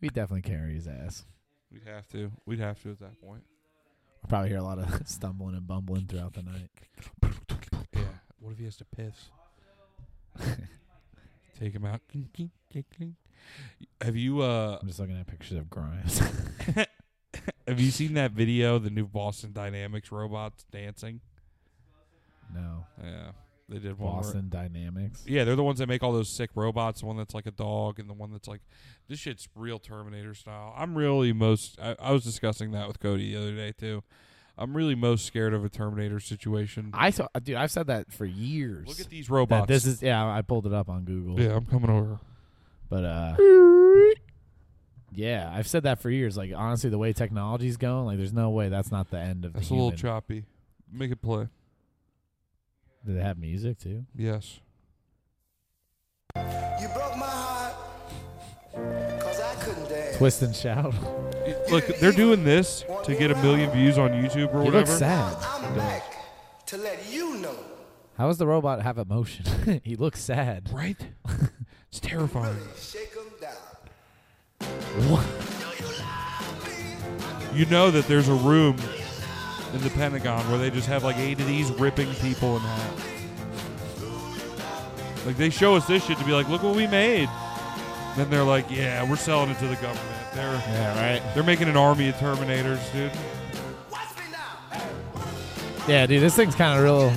we'd definitely carry his ass. We'd have to. We'd have to at that point. We'll probably hear a lot of stumbling and bumbling throughout the night. Yeah. What if he has to piss? Take him out. Clink, clink, clink, clink. Have you uh I'm just looking at pictures of Grimes. have you seen that video, the new Boston Dynamics robots dancing? no, Yeah. They did one. where- Boston Dynamics. yeah, they're the ones that make all those sick robots, the one that's like a dog and the one that's like this shit's real Terminator style. I'm really most I, I was discussing that with Cody the other day too. I'm really most scared of a Terminator situation. I saw, dude. I've said that for years. Look at these That robots. this is yeah. I pulled it up on Google. Yeah, I'm coming over. But uh Yeah, I've said that for years. Like honestly, the way technology's going, like there's no way that's not the end of That's the a little human. choppy. Make it play. Do they have music too? Yes. You broke my heart. Cause I couldn't dance. Twist and shout. Look, they're doing this to get a million views on YouTube or he whatever. looks sad. Now I'm back to let you know. How does the robot have emotion? he looks sad. Right? it's terrifying. Shake 'em down. What? You know that there's a room in the Pentagon where they just have like eight of these ripping people in half. Like they show us this shit to be like, look what we made. Then they're like, yeah, we're selling it to the government. They're Yeah, right. they're making an army of Terminators, dude. Watch me now. Yeah, dude, this thing's kind of real,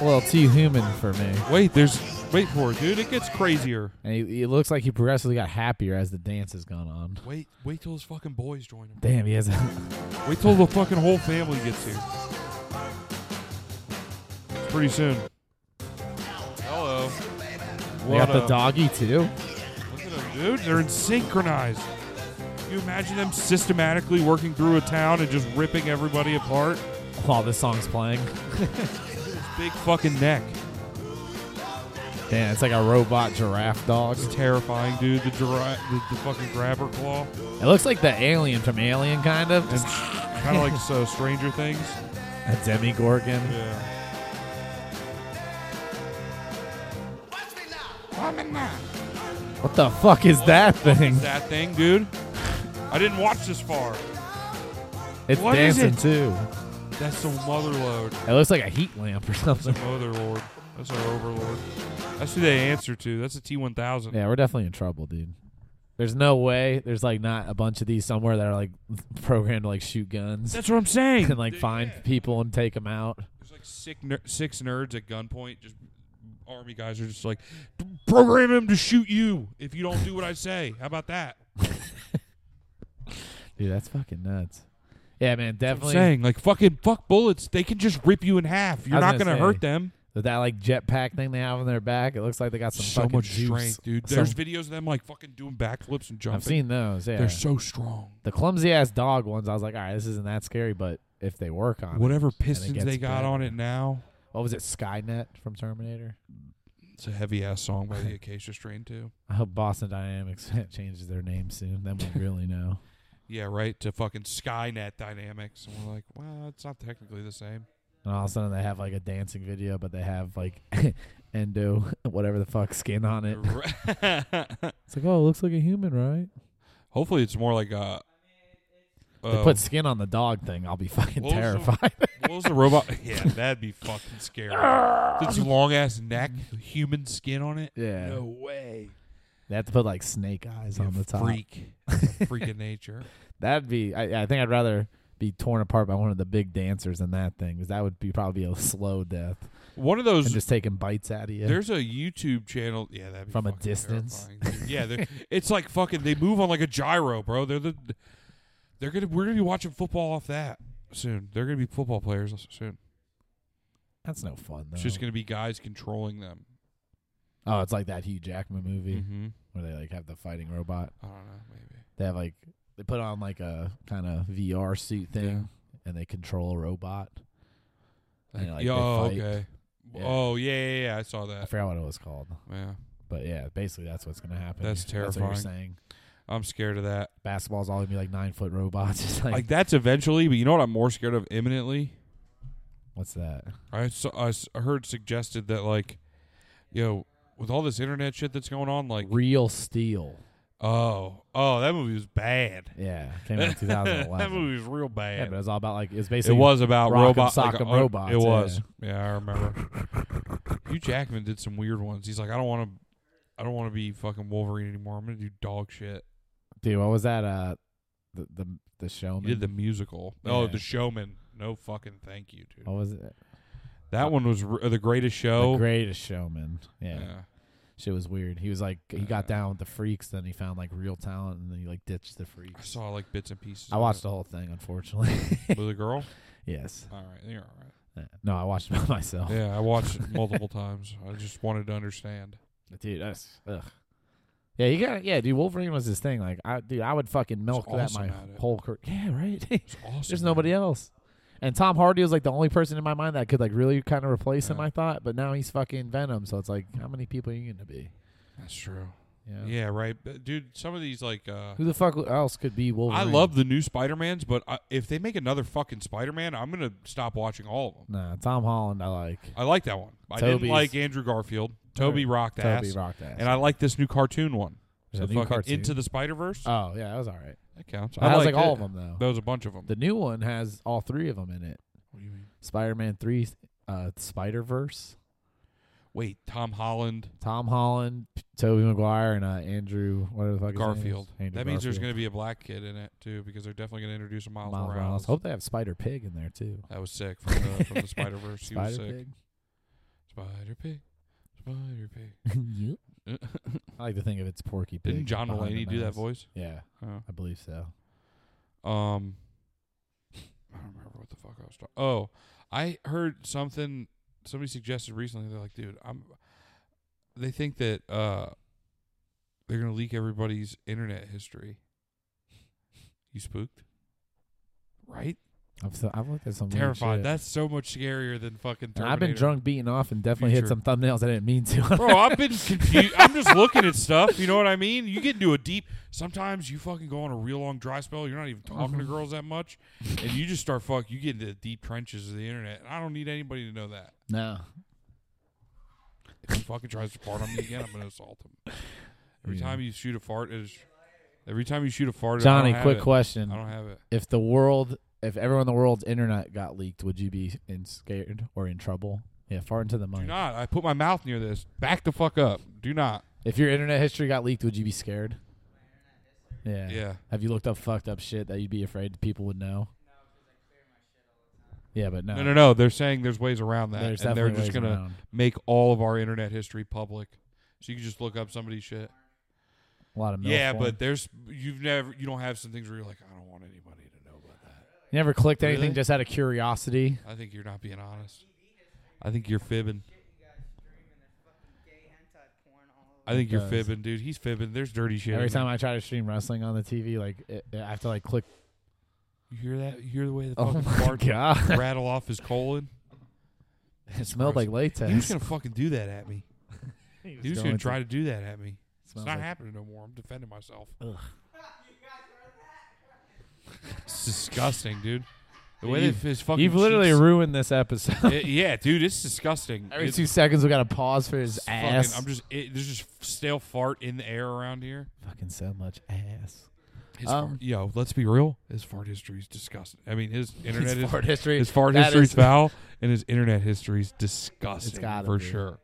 a little too human for me. Wait, there's wait for it, dude. It gets crazier. And he, he looks like he progressively got happier as the dance has gone on. Wait, wait till his fucking boys join him. Damn, he has. A, Wait till the fucking whole family gets here. It's pretty soon. Hello. they got the doggy too. Look at them, dude. They're in synchronized. Can you imagine them systematically working through a town and just ripping everybody apart? While this song's playing, This big fucking neck. damn, it's like a robot giraffe dog. It's terrifying, dude. The, gira- the, the fucking grabber claw. It looks like the alien from Alien, kind of. And kind of like so Stranger Things. A demi gorgon. Yeah. Watch me now. What the fuck is that thing? That thing, dude. I didn't watch this far. It's What is dancing it? too. That's the motherlode. It looks like a heat lamp or That's the something. motherlord. That's our overlord. That's who they answer to. That's a T one thousand. Yeah, we're definitely in trouble, dude. There's no way. There's like not a bunch of these somewhere that are like programmed to like shoot guns That's what I'm saying. and like find people and take them out. There's like six ner- six nerds at gunpoint. Just army guys are just like, program him to shoot you if you don't do what I say. How about that? Dude, that's fucking nuts. Yeah, man, I'm definitely. saying like fucking fuck bullets. They can just rip you in half. You're was not gonna gonna say, hurt them. With that like jetpack thing they have on their back, it looks like they got some So fucking much juice. strength, dude. Some- There's videos of them like fucking doing backflips and jumping. I've seen those. Yeah, They're so strong. the clumsy ass dog ones. I was like, all right, this isn't that scary, but if they work on it- Whatever gets pistons they got better. on it now. what was it, Skynet from Terminator? It's a heavy ass song by the Acacia Strain too. I hope Boston Dynamics changes their name soon. Then we really know. Yeah, right. To fucking Skynet Dynamics, and we're like, well, it's not technically the same. And all of a sudden they have like a dancing video, but they have like endo whatever the fuck skin on it. It's like, oh, it looks like a human, right? Hopefully, it's more like a. They put skin on the dog thing. I'll be fucking Oh. What was the- terrified. what was the robot? Yeah, that'd be fucking scary. It's long ass neck, human skin on it. yeah, No way. they have to put like snake eyes on Yeah, the top. Freak, That's a freak of nature. That'd be. I, I think I'd rather be torn apart by one of the big dancers than that thing, because that would be probably a slow death One of and those. just taking bites out of you. There's a YouTube channel. Yeah, that'd be From a fucking distance. terrifying, dude. Yeah, they're- it's like fucking. They move on like a gyro, bro. They're the. They're gonna. We're gonna be watching football off that soon. They're gonna be football players soon. That's no fun though. It's just gonna be guys controlling them. oh, it's like that Hugh Jackman movie Mm-hmm. where they like have the fighting robot. I don't know. Maybe. They have like they put on like a kind of VR suit thing, and they control a robot. And, like, yeah, they oh, fight. okay. Yeah. Oh yeah, yeah, yeah. I saw I that. forgot what it was called, Yeah, but yeah, basically that's what's gonna happen. That's what terrifying. you're saying I'm scared of that. basketball's all gonna be like nine foot robots. It's like, Like, that's eventually, but you know what? I'm more scared of imminently. what's that? I saw, I s- I heard suggested that like, yo, with all this internet shit that's going on, like, Real Steel. oh, oh, that movie was bad. Yeah, came out in that 2011. movie was real yeah, bad. but it was all about like it was it basically was about rock 'em, robots. sock like, 'em uh, robots, It yeah. was. Yeah, I remember. Hugh Jackman did some weird ones. He's like, I don't want to, I don't want to be fucking Wolverine anymore. I'm gonna do dog shit. dude. What was that? Uh, the the the showman. You did the musical. Oh, Yeah. the showman. No fucking thank you, dude. what was it? That one was r- the greatest show. The Greatest Showman. Yeah. Oh. yeah. shit was weird. He was like he got Yeah. down with the freaks, then he found like real talent, and then he like ditched the I freaks. saw like bits and pieces. I of watched it. the whole thing, unfortunately. with a girl. yes. All right, you're all right. Yeah. No, I watched it by myself. Yeah, I watched it multiple times. I just wanted to understand. Dude, that's ugh. Yeah, you got yeah, dude. Wolverine was his thing. Like, I dude, I would fucking milk that awesome my at it. whole career. Yeah, right. It's awesome. There's nobody else. And Tom Hardy was like the only person in my mind that could like really kind of replace him. Yeah. I thought, but now he's fucking Venom. So it's like, how many people are you gonna be? That's true. You know? Yeah, right, But, dude. Some of these like. uh Who the fuck else could be Wolverine? I love the new Spider-Mans, but I, if they make another fucking Spider-Man, I'm going to stop watching all of them. Nah, Tom Holland. I like. I like that one. I Toby's- didn't like Andrew Garfield. Toby rocked Toby ass. rocked ass. And I like this new cartoon one. There's The a new fucking cartoon. Into the Spider-Verse. Oh yeah, that was all right. That counts. I, was like liked all it. of them though. There was a bunch of them. The new one has all three of them in it. what do you mean? Spider-Man three, uh, Spider Verse, Wait, Tom Holland, Tom Holland, Toby Maguire, and uh, Andrew whatever the fuck his name is. Garfield. Andrew that means there's going Garfield. to be a black kid in it too, because they're definitely going to introduce a Miles, Miles Morales. Morales. Hope they have Spider Pig in there too. That was sick from the, from the Spider Verse. He was Spider sick. Pig. Spider Pig, Spider Pig. Yep. I like to think of it's Porky Pig. Didn't John behind the Mulaney do that mask. voice? Yeah, Oh. I believe so. Um, I don't remember what the fuck I was talking. Oh, I heard something. Somebody suggested recently. They're like, dude, I'm. They think that uh, they're gonna leak everybody's internet history. You spooked, right? I'm so, I've looked at some weird Terrified. shit. That's so much scarier than fucking. And Terminator. I've been drunk, beaten off, and definitely hit Future. some thumbnails I didn't mean to. Bro, I've been confused. I'm just looking at stuff. You know what I mean? You get into a deep. Sometimes you fucking go on a real long dry spell. You're not even talking to Mm-hmm. girls that much, and you just start fuck. You get into the deep trenches of the internet. And I don't need anybody to know that. no, If he fucking tries to fart on me again, I'm gonna assault him. Every Yeah. time you shoot a fart, it is. Every time you shoot a fart, I Johnny. don't have Quick it. question. I don't have it. if the world if everyone in the world's internet got leaked, would you be in scared or in trouble? Yeah, far into the Do mic. not. I put my mouth near this. Back the fuck up. Do not. If your internet history got leaked, would you be scared? Yeah. Yeah. Have you looked up fucked up shit that you'd be afraid people would know? Yeah, but no. No, no, no. They're saying there's ways around that, There's and they're definitely just ways gonna around. make all of our internet history public, so you can just look up somebody's shit. A lot of milf yeah, porn. but there's you've never you don't have some things where you're like I don't want anybody to know about that. you never clicked anything Really? just out of curiosity. I think you're not being honest. I think you're fibbing. I think you're does. fibbing, dude. He's fibbing. There's dirty shit. Every in time there. I try to stream wrestling on the TV, like it, I have to like click. you hear that, you hear the way the Oh fucking my fart god! rattle off his colon. it smelled like He was latex. gonna fucking do that at me. He was gonna try to do that at me. It's Smells not like- happening no more. I'm defending myself. It's disgusting, dude. The way You've- that his fucking You've literally cheeks- ruined this episode. It- yeah, dude, it's disgusting. Every It's two seconds, we got to pause for his fucking- ass. I'm just it, there's just stale fart in the air around here. fucking so much ass. His Um, fart, yo, let's be real. His fart history is disgusting. I mean, his internet his his, fart history. his fart that history's is- foul, and his internet history's disgusting gotta for be. sure.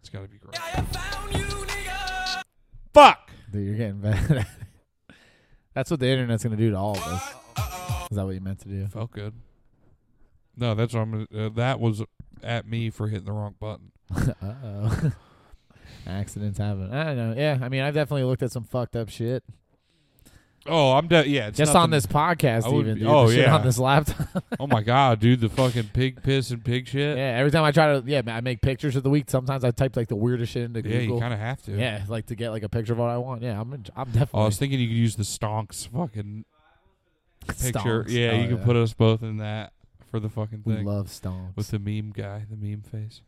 It's gotta be gross. Fuck. Dude, you're getting bad. That's what the internet's gonna do to all of us. Is that what you meant to do? Felt good. No, that's what I'm. gonna- Uh, that was at me for hitting the wrong button. uh oh. Accidents happen. I don't know. Yeah, I mean, I've definitely looked at some fucked up shit Oh, I'm de- yeah. It's just on nothing- this podcast. I would even be- dude, oh, The shit yeah. on this laptop. Oh my god, dude, the fucking pig piss and pig shit. yeah, every time I try to, yeah, I make pictures of the week. Sometimes I type like the weirdest shit into Yeah, you Google. kind of have to. yeah, like to get like a picture of what I want. Yeah, I'm, in- I'm definitely. Oh, I was thinking you could use the stonks fucking picture. Stonks. Yeah, Oh, you could put us both in that for the fucking We thing love stonks. with the meme guy, the meme face.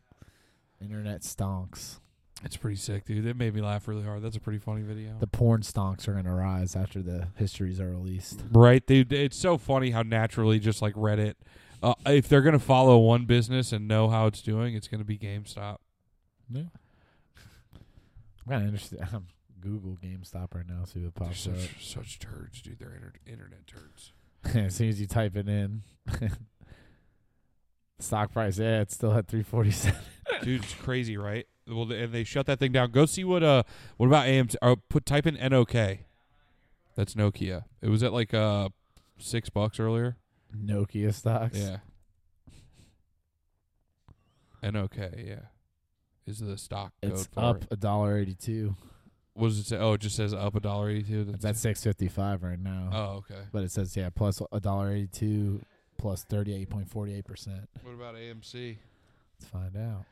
Internet stonks. It's pretty sick, dude. That made me laugh really hard. That's a pretty funny video. The porn stonks are gonna rise after the histories are released. right, dude. It's so funny how naturally just like Reddit. Uh, if they're gonna follow one business and know how it's doing, it's gonna be GameStop. I'm kind of interested. I'm Google GameStop right now. See what They're pops up. such such turds, dude. They're inter- internet turds. as soon as you type it in, stock price. Yeah, it's still at three forty seven. Dude, it's crazy, right? Well, they, and they shut that thing down. Go see what uh, what about AMC? Uh, put type in NOK. That's Nokia. It was at like uh, six bucks earlier. Nokia stocks. NOK, yeah, is the stock code it's for up it. a dollar eighty two. What does it say? Oh, it just says up a dollar eighty-two. It's at six fifty five right now. Oh, okay. But it says yeah, plus a dollar eighty two, plus thirty eight point forty eight percent. What about AMC? Let's find out.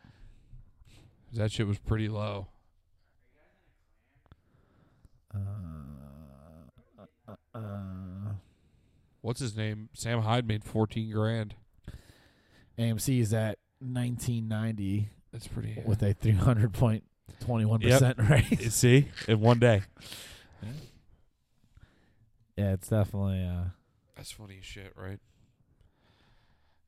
That shit was pretty low. Uh, uh, uh, What's his name? Sam Hyde made fourteen grand. AMC is at nineteen ninety That's pretty. with a three hundred point twenty one percent raise. see, in one day. Yeah, it's definitely uh, That's funny as shit, right?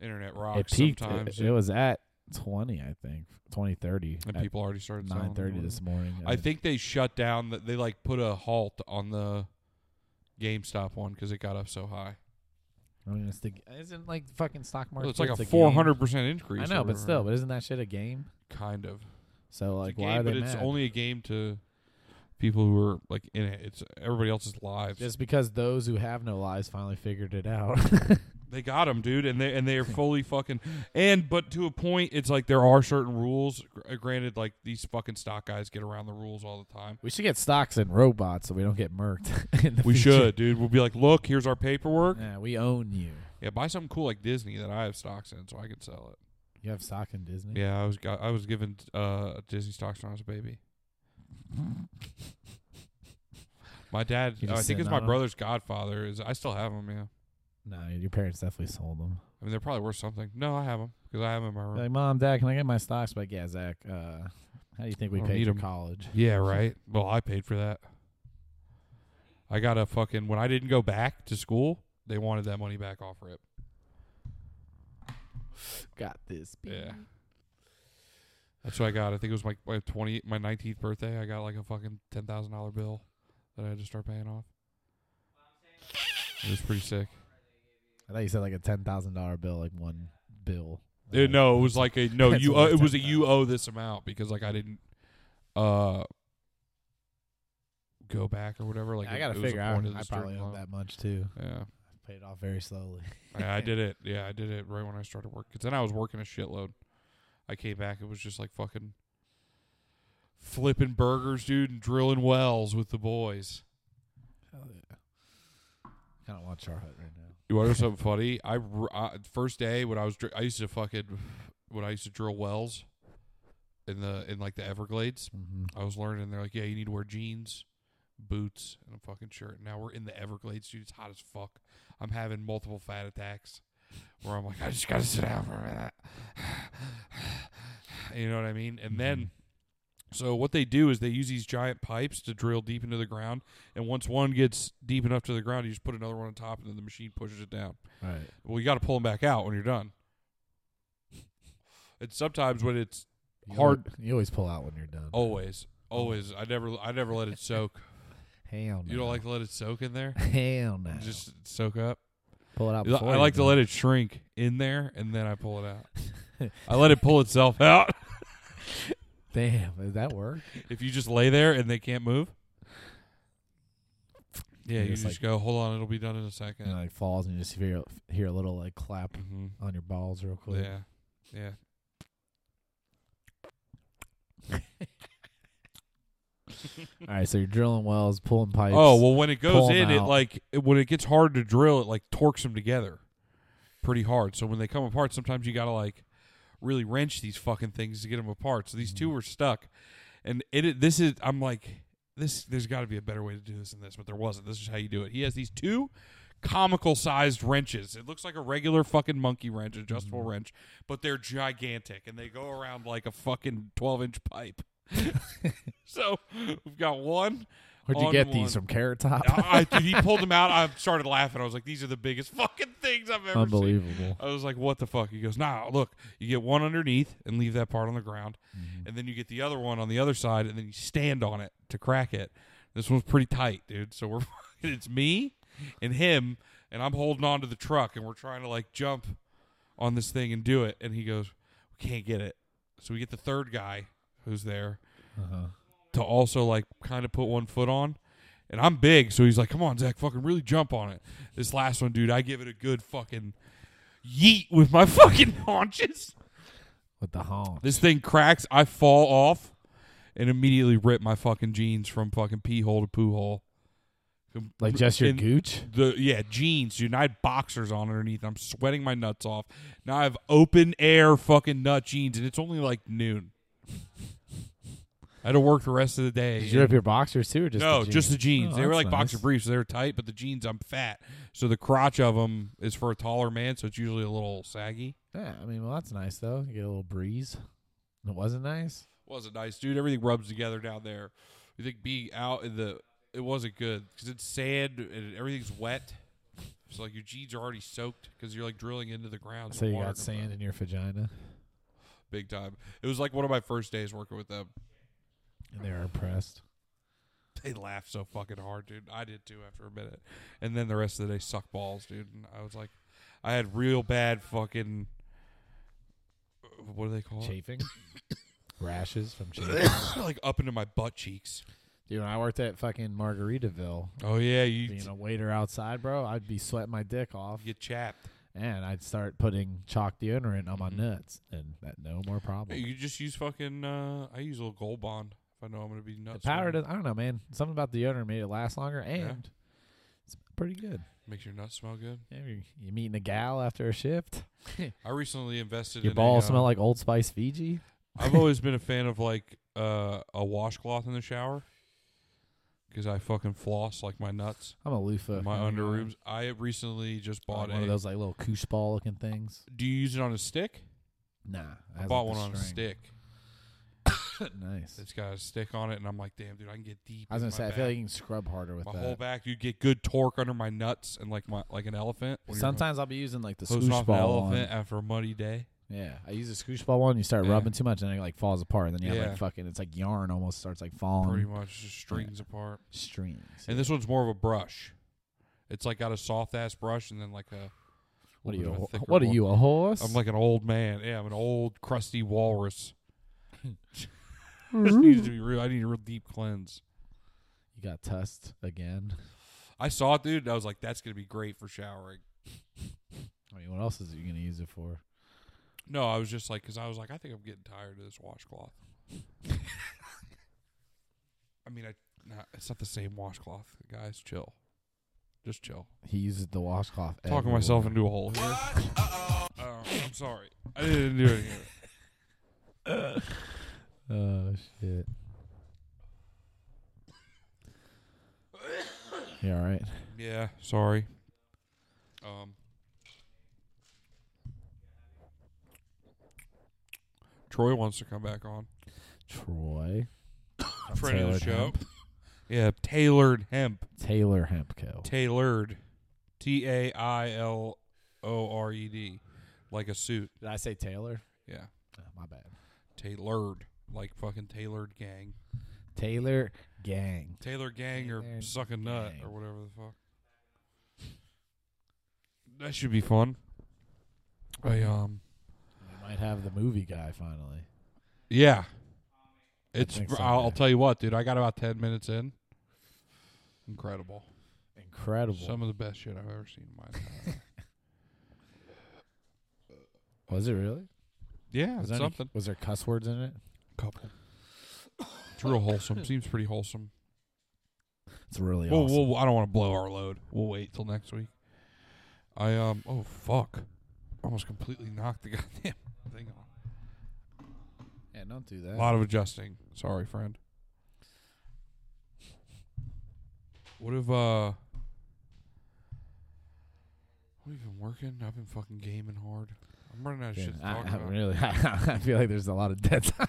Internet rocks it peaked. sometimes. It, it was at twenty, I think, twenty thirty. and people already started selling nine thirty them. this morning. I think they shut down. The, they like put a halt on the GameStop one because it got up so high. I mean, it's the, isn't like fucking stock market. Well, it's like a game? four hundred percent increase. I know, or but still, whatever. but isn't that shit a game? kind of. So like, it's a game, why are they but it's mad? only a game to people who are like in it. It's everybody else's lives. just because those who have no lives finally figured it out. They got them, dude, and they and they are fully fucking. And but to a point, it's like there are certain rules. Gr- uh, Granted, like these fucking stock guys get around the rules all the time. we should get stocks and robots so we don't get murked. in the We future. should, dude. We'll be like, look, here's our paperwork. Yeah, we own you. Yeah, buy something cool like Disney that I have stocks in, so I can sell it. You have stock in Disney. Yeah, I was got, I was given uh, Disney stocks when I was a baby. My dad, You uh, I just think sitting it's my on 'em? brother's godfather. Is I still have them. Yeah, No, your parents definitely sold them. I mean they're probably worth something. No, I have them because I have 'em in my room. Like, mom, dad, can I get my stocks? Like, yeah, Zach. Uh, how do you think we Don't paid need your 'em. college? Yeah, right. Well, I paid for that. I got a fucking when I didn't go back to school, they wanted that money back off rip. Got this. Yeah. That's what I got. I think it was my my twenty my nineteenth birthday. I got like a fucking ten thousand dollar bill that I had to start paying off. It was pretty sick. I thought you said like a ten thousand dollar bill, like one bill. Uh, no, it was like a no. That's You a uh, lot it of was a time. you owe this amount because like I didn't uh go back or whatever. Like I it- gotta it was figure out. appointed I as student probably owe loan. that much too. Yeah, I paid it off very slowly. I, I did it. Yeah, I did it right when I started work. Cause then I was working a shitload. I came back. It was just like fucking flipping burgers, dude, and drilling wells with the boys. Hell yeah. I don't want Char Hut right now. You want to know something funny? I, r- I- first day when I was dr- I used to fucking when I used to drill wells in the in like the Everglades. Mm-hmm. I was learning. They're like, yeah, you need to wear jeans, boots, and a fucking shirt. Now we're in the Everglades, dude. It's hot as fuck. I'm having multiple fat attacks where I'm like, I just gotta sit down for a minute. you know what I mean? And then, so what they do is they use these giant pipes to drill deep into the ground. And once one gets deep enough to the ground, you just put another one on top, and then the machine pushes it down. All right. Well, you got to pull them back out when you're done. And sometimes when it's You Hard- Oh, always- you always pull out when you're done. Always, always. I never, I never let it soak. hell no. You don't like to let it soak in there, hell no. just soak up. pull it out. I like to let it shrink in there, and then I pull it out. I let it pull itself out. Damn, does that work? If you just lay there and they can't move, You yeah, you just, just like- go. Hold on, it'll be done in a And it second. like falls, and you just hear hear a little like clap hmm on your balls real quick. Yeah, yeah. All right, so you're drilling wells, pulling pipes. Oh well, when it pull goes 'em in, it out. like it, when it gets hard to drill, it like torques them together pretty hard. So when they come apart, sometimes you gotta like really wrench these fucking things to get them apart. So these two Mm-hmm. were stuck, and it this is I'm like this. There's got to be a better way to do this than this, but there wasn't. This is how you do it. He has these two comical sized wrenches. It looks like a regular fucking monkey wrench, adjustable Mm-hmm. wrench, but they're gigantic and they go around like a fucking 12 inch pipe. so we've got one. where'd you on get one. these from Carrot Top? I, I- dude, he pulled them out. I started laughing. I was like, "These are the biggest fucking things I've ever seen." Unbelievable. I was like, "What the fuck?" He goes, "Nah, look, you get one underneath and leave that part on the ground, and then you get the other one on the other side, and then you stand on it to crack it." This one's pretty tight, dude. So we're it's me and him, and I'm holding on to the truck, and we're trying to like jump on this thing and do it, and he goes, "We can't get it." So we get the third guy who's there, Uh-huh. to also like kind of put one foot on. And I'm big, so he's like, "Come on, Zach, fucking really jump on it." This last one, dude, I give it a good fucking yeet with my fucking haunches. With the honk. This thing cracks. I fall off and immediately rip my fucking jeans from fucking pee hole to poo hole. Like just your And- gooch? the yeah jeans dude and i had boxers on underneath i'm sweating my nuts off now i have open air fucking nut jeans and it's only like noon i had to work the rest of the day Did you rip your boxers too, or just no the jeans? just the jeans Oh, they were that's like boxer nice. briefs so they were tight but the jeans i'm fat so the crotch of them is for a taller man so it's usually a little saggy Yeah, I mean, well, that's nice though. You get a little breeze. It wasn't nice. wasn't nice dude everything rubs together down there you think being out in the it wasn't good because it's sand and everything's wet so like your jeans are already soaked because you're like drilling into the ground So you water got comes sand up. in your vagina, big time. It was like one of my first days working with them. and they were impressed. They laughed so fucking hard, dude. I did too after a minute, and then the rest of the day sucked balls, dude. And I was like, I had real bad fucking. What do they call it? Chafing, rashes from chafing. like up into my butt cheeks. Dude, when I worked at fucking Margaritaville, Oh yeah, you being a waiter outside, bro, I'd be sweating my dick off, get chapped. and I'd start putting chalk deodorant on my nuts, and that no more problem. Mm-hmm. You just use fucking. Uh, I use a little gold bond if I know I'm gonna be nuts. The powder, sweating. does, I don't know, man. Something about deodorant made it last longer, and it's pretty good. makes your nuts smell good. Yeah, you're, you're meeting a gal after a shift. I recently invested Your in balls a, uh, smell like Old Spice Fiji. I've always been a fan of like uh, a washcloth in the shower because I fucking floss like my nuts, I'm a loofah. my I'm a- underoobs. I recently just Like bought one a. of those like little koosh ball looking things. Do you use it on a stick? Nah, I bought one on a stick. Nice. It's got a stick on it, and I'm like, damn, dude, I can get deep. I was in gonna say, my I feel back. like you can scrub harder with my that. whole back. You get good torque under my nuts, and like my like an elephant. when you're Sometimes I'll be using like the hosing swoosh off an ball. elephant One. after a muddy day. Yeah, I use the swoosh ball one. You start Yeah. rubbing too much, and then it like falls apart, and then you have Yeah. like fucking. It's like yarn almost starts like Pretty falling much just strings apart. strings. And this one's more of a brush. It's like got a soft ass brush, and then like a What are bit you? of a a thicker wh- What are one. you? A horse? I'm like an old man. Yeah, I'm an old crusty walrus. Just needs to be real. I need a real deep cleanse. you got tussed again. I saw it, dude, and I was like, "That's gonna be great for showering." I mean, what else is you gonna use it for? No, I was just like, because I was like, I think I'm getting tired of this washcloth. I mean, I nah, it's not the same washcloth, guys. Chill, just chill. He uses the washcloth. Talking everywhere. myself into a hole here. Oh, I'm sorry. I didn't do it. Again. Oh shit. Yeah, all right. Yeah, sorry. Um, Troy wants to come back on. Troy. Friend of the Tailored show. Hemp. Yeah, tailored hemp. Taylor Hempco. Tailored. T A I L O R E D. Like a suit. Did I say Taylor? Yeah. Oh, my bad. Tailored. Like fucking tailored gang. Taylor Gang. Taylor gang or Tailored suck a nut gang. or whatever the fuck. That should be fun. I um We might have the movie guy finally. Yeah. It's. think so, I'll, I'll yeah. tell you what, dude. I got about ten minutes in. Incredible. Incredible. Some of the best shit I've ever seen in my entire life. was it really? Yeah, Was it's there, any- something. was there cuss words in it? Couple. It's real wholesome. Seems pretty wholesome. It's really Well, awesome. we'll, I don't want to blow our load. We'll wait till next week. I um. Oh fuck! Almost completely knocked the goddamn thing off. yeah, don't do A that. lot of adjusting. Sorry, friend. What if uh What have you been working? I've been fucking gaming hard. I'm running out of Yeah, shit to I, talk I about. really, I, feel like there's a lot of dead time.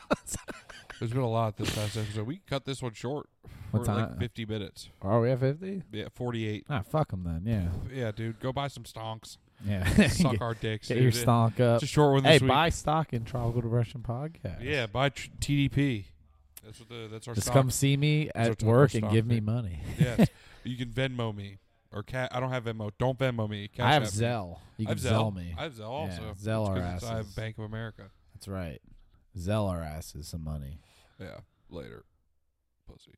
There's been a lot this past episode. We can cut this one short. What We're at, time? Like fifty minutes. Are we at fifty? Yeah, forty eight. Ah, fuck them then. Yeah, Yeah, dude. Go buy some stonks. yeah. Suck get our dicks. get dude. your stonk up. It's a short one Hey, this week. buy stock in Tropical Depression Podcast. Yeah, buy tr- TDP. That's what the that's our just stock. come see me our at Tropical work and stock, give me dude. money. yes. You can Venmo me. Or cat I don't have Venmo. Don't Venmo me. Cash I have App me. Zelle. You I can have Zelle. Zelle me. I have Zelle also. Yeah, Zelle It's our 'cause it's- I have asses. Bank of America. That's right. Zelle our asses some money. Yeah. Later. Pussy.